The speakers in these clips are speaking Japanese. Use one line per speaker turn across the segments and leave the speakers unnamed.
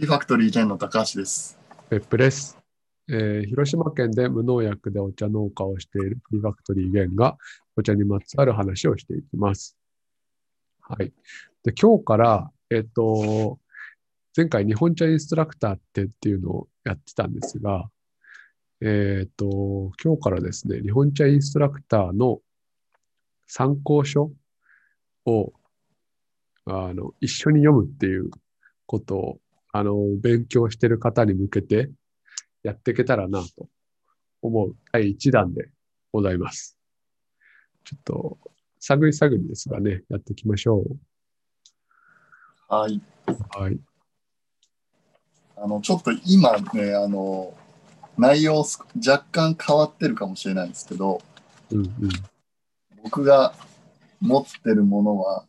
ーファクトリー兼の高橋です。
別府です、えー広島県で無農薬でお茶農家をしているティーファクトリーゲンがお茶にまつわる話をしていきます。はい。で、今日から、えっと、前回日本茶インストラクターってっていうのをやってたんですが、えっと、今日からですね、日本茶インストラクターの参考書を、あの、一緒に読むっていうことを、あの、勉強してる方に向けてやっていけたらなと思う第1弾でございます。ちょっと、探り探りですがね、やっていきましょう。
はい。
はい。
あの、ちょっと今ね、あの、内容す若干変わってるかもしれないんですけど、
うんうん。
僕が持ってるものは、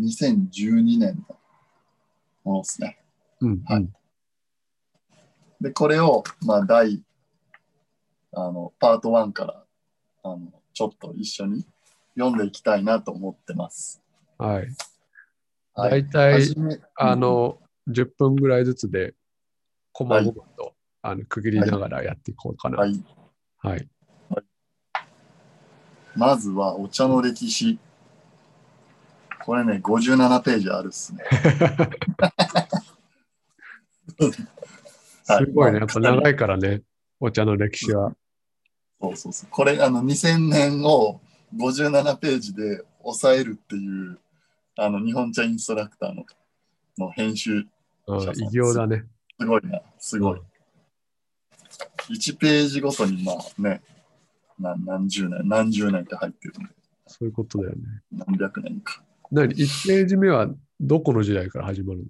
2012年のものですね。
うん、
はいで、これを、まあ、第、あの、パート1から、あの、ちょっと一緒に読んでいきたいなと思ってます。
うん。はい。
は
だ
い。
いたい、
め
あ、の、10分ぐらいずつで、こまごまと、あの区切りながらやっていこうかな。
は
はい。
い。まずは、お茶の歴史。これね、57ページあるっすね。はい
すごいね。やっぱ長いからね、お茶の歴史は。
そうそうそう。これ、あの、2000年を57ページで抑えるっていう、あの、日本茶インストラクターのの編集、
うん
そうそう
偉業だね。
すごいな、すごい。1ページごとに、まあね、な何十年、何十年って入ってるんで、
そういうことだよね。
何百年か。
何 ?1 ページ目はどこの時代から始まる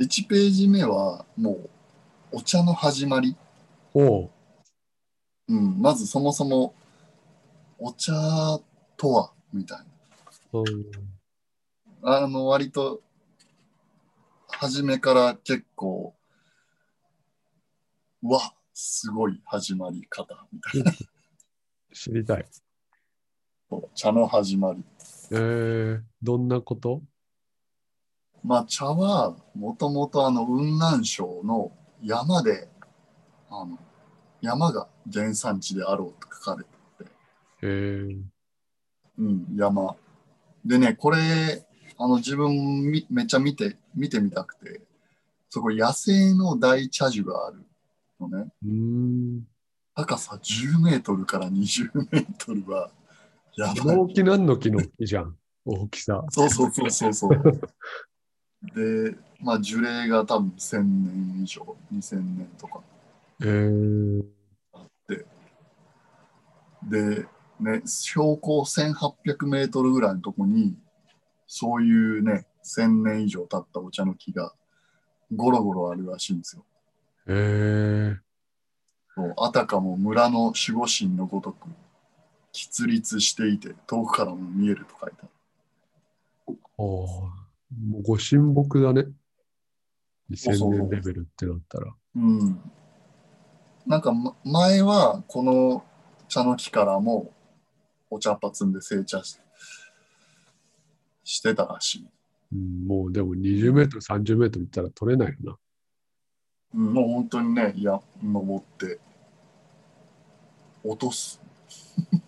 1ページ目は、もう、お茶の始まり。
のおう
うん、まずそもそも、お茶とは、みたいな。
うん
あの、割と、初めから結構、うわ、すごい始まり方みたい
知りたい。
な。茶の始まり。
えー、どんなこと
まあ、茶は、もともとあの、雲南省の山で、あの、山が原産地であろうと書かれて、
えー、
うん、山。でね、これ、あの、自分みめっちゃ見て、見てみたくて、そこ野生の大茶樹があるのね。
うーん。
高さ10メートルから20メートルは、やばい。
納期何の木の木じゃん。大きさ。
そうそうそうそうそう。で、まあ樹齢が多分1000年以上、2000年とか。
えー、
で、ね、標高1800メートルぐらいのとこに、そういうね、1000年以上経ったお茶の木がゴロゴロあるらしいんですよ。
えー、
そうあたかも村の守護神のごとく、喫立していて、遠くからも見えると書いてある。
おーもうご神木だね。
うそう
2000年レベルってなったら。
うん。なんか、ま、前は、この茶の木からも、お茶っ葉摘んで成茶ししてたらしい。
うん、もうでも20メートル、30メートルいったら取れないよな。
うん、もう本当にね、いや、登って、落とす。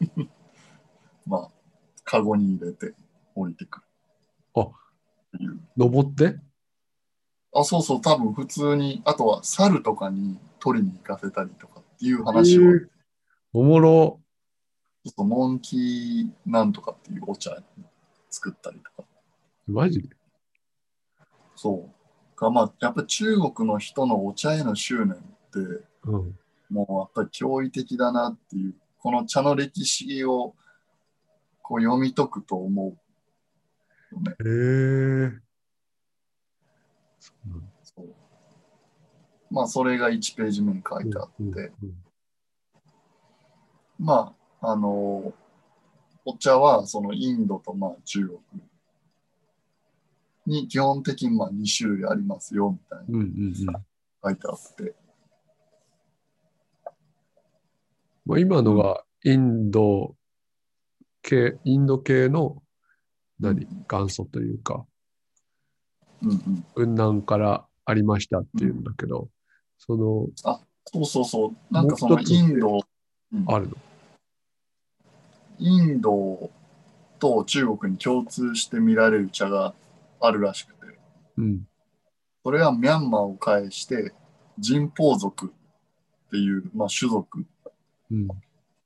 まあ、カゴに入れて、降りてくる。
あ
っていう。
登って
あ、そうそう、多分普通に、あとは猿とかに取りに行かせたりとかっていう話を
えーおもろ。
ちょっとモンキーなんとかっていうお茶作ったりとか。
マジで
そう。かまあ、やっぱ中国の人のお茶への執念って、
うん。
もうやっぱり驚異的だなっていう、この茶の歴史をこう読み解くと思うよね。
えー、そうなんだ
そうまあ、それが1ページ目に書いてあって、
うんうんうん
まあ、あの、お茶はそのインドとまあ中国に基本的にまあ2種類ありますよみたいな。
うんうんうん
書いてあって。
まあ、今のがインド系、インド系の何元祖というか、
うんうん。
雲南からありましたっていうんだけど、その、
そうそうそう。なんかそ
も
の
う一つ
インド、
あるの。
インドと中国に共通して見られる茶があるらしくて、
うん。
それはミャンマーを介して、人邦族っていう、まあ、種族、
うん。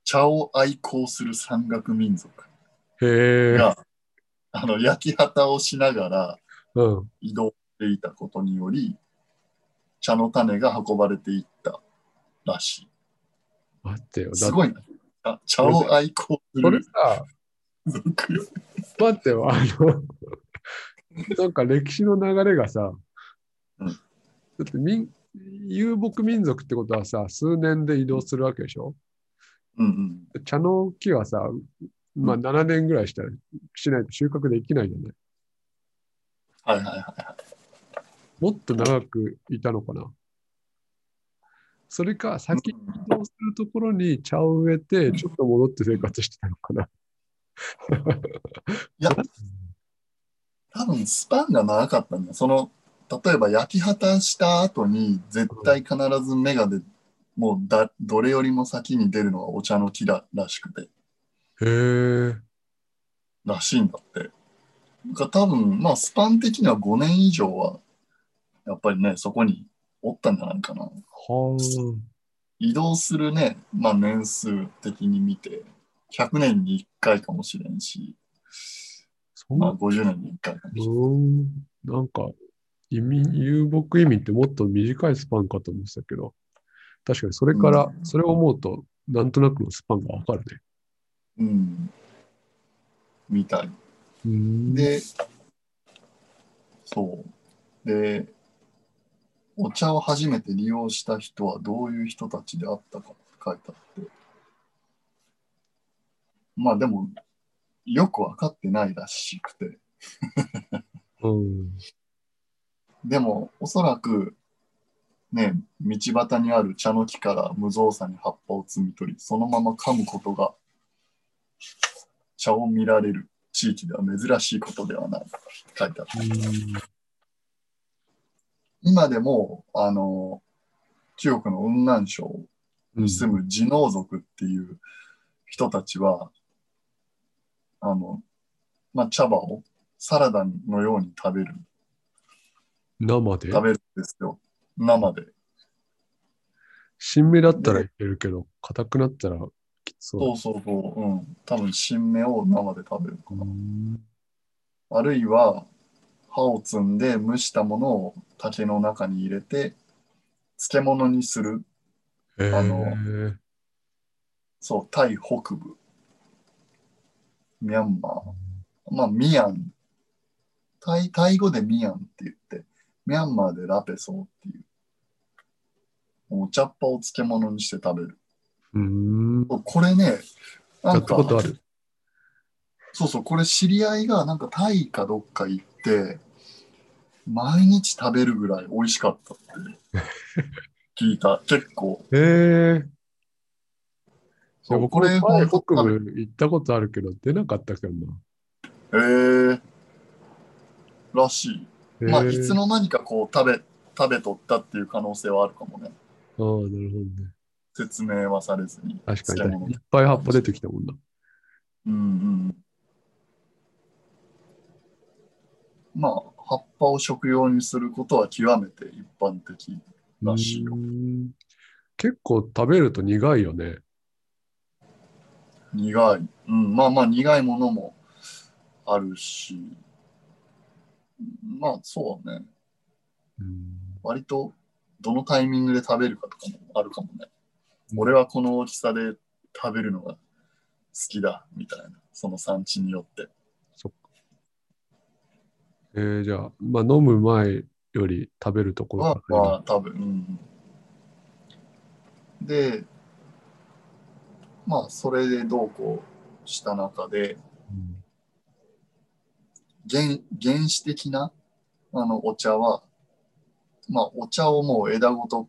茶を愛好する山岳民族
へえ。
が、あの、焼き旗をしながら
うん。
移動していたことにより、茶の種が運ばれていったらしい。
待ってよ。だっ
す
て、
ごいな。あ茶を愛好す
それ
る
さ、
族よ。
待ってよ、あ の、なんか歴史の流れがさ、
うん
だって民遊牧民族ってことはさ、数年で移動するわけでしょ
うんうん。
茶の木はさ、まあ7年ぐらいしたらしないと収穫できないじゃない
はいはいはい。
もっと長くいたのかなそれか、先に移動するところに茶を植えて、ちょっと戻って生活してたのかな
いや多分スパンが長かったんだよその例えば焼き畑した後に絶対必ず芽が出もうだどれよりも先に出るのはお茶の木だらしくて
へえ。
らしいんだってだから多分まあスパン的には5年以上はやっぱりねそこにおったんじゃないかな
はあ。
移動するね、まあ、年数的に見て100年に1回かもしれんし、
そん
ま
な
あ、50年に1回かもしれん
うん、なんか、移民、遊牧移民ってもっと短いスパンかと思ってたけど、確かにそれから、
うん
それを思うと、なんとなくのスパンがわかるね。
うんみたい
うん
で、そう。で、お茶を初めて利用した人はどういう人たちであったかって書いてあって。まあでも、よく分かってないらしくて。
うん。
でも、おそらく、ね、道端にある茶の木から無造作に葉っぱを摘み取り、そのまま噛むことが、茶を見られる地域では珍しいことではないって書いてあって今でも、あの、中国の雲南省
うん
に住む地農族っていう人たちは、あの、まあ、茶葉をサラダのように食べる、
生で
食べるんですよ。生で。
新芽だったらいけるけど、硬くなったらきつそうだ
そうそうそう、うん。多分新芽を生で食べるかな。
うん
あるいは、歯を摘んで蒸したものを竹の中に入れて、漬物にする。
へ
あ
え。
そう、タイ北部、ミャンマー、まあ、ミアン。タイ、タイ語でミアンって言って、ミャンマーでラペソーっていう。お茶っ葉を漬物にして食べる。
うん。
これね、な
や
ん
った
か、
ことある。
そうそう、これ知り合いがなんかタイかどっか行って、毎日食べるぐらい美味しかったって 聞いた。結構。
へえ。
そう
僕
これ
もタイ
ほんと
北部行ったことあるけど、出なかったけどな。
えー、らしい。まあ、
へえ
いつの間にかこう食べ、食べとったっていう可能性はあるかもね。
ああ、なるほどね。
説明はされずに。
確か
漬
に。
物
いっぱい葉っぱ出てきたもんな。
うんうん。まあ、葉っぱを食用にすることは極めて一般的。らしいよ
うん結構食べると苦いよね。
苦い。うん、まあまあ、苦いものもあるし。まあ、そうね。割と、どのタイミングで食べるかとかもあるかもね。俺はこの大きさで食べるのが好きだ、みたいな。その産地によって。
えーじゃあ、まあ、飲む前より食べるところ
は、
から
まあ、多分、うん、で、まあ、それでどうこうした中で、
うん
原原始的なあのお茶は、まあ、お茶をもう枝ごと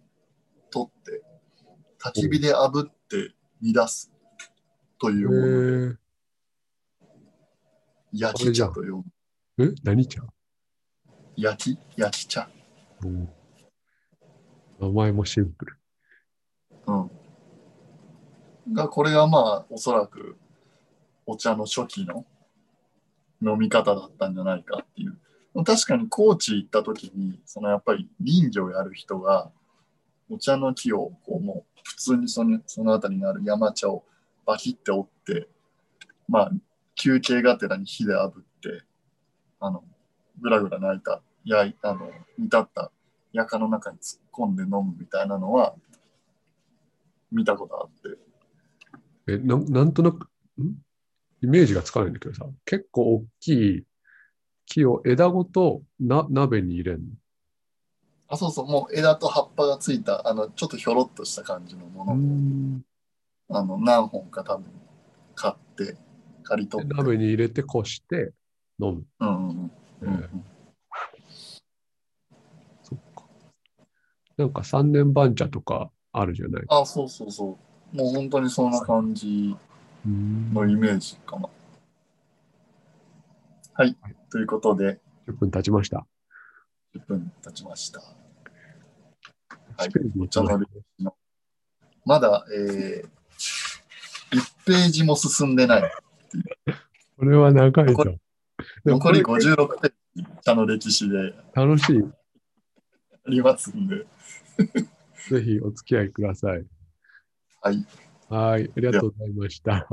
取って、焚き火で炙って煮出すというもので、焼き茶と呼ぶ。
えーえ何茶
焼き、焼き茶。
うん名前もシンプル。
が、これがまあ、おそらくお茶の初期の飲み方だったんじゃないかっていう。確かに高知行った時に、そのやっぱり林業やる人が、お茶の木をこうもう普通にそのその辺りにある山茶をバキって折って、まあ、休憩がてらに火で炙って、あの、ぐらぐら泣いた、やいあの、煮立った、やかの中に突っ込んで飲むみたいなのは、見たことあって、
え、なんなんとなく、んイメージがつかないんだけどさ、結構大きい木を枝ごとな鍋に入れんの。
あ、そうそう、もう枝と葉っぱがついた、あの、ちょっとひょろっとした感じのもの、あの、何本か多分買って、借り取
で
って。
鍋に入れてこして飲む。
うんうんうん。うんうん
そっか。なんか三年番茶とかあるじゃない。
あ、そうそうそう。もう本当にそんな感じ
10
のイメージかな。はい。ということで、
分経ちました。
10分経ちました。はい
スペインに行った
お茶の歴史のまだ、えー、1ページも進んでない。
これは長いじゃん。
残
でも
残
こ
り
れ
56ページ、茶の歴史で
楽しい。
ありますんで。
ぜひお付き合いください。
はい。
はい。ありがとうございました。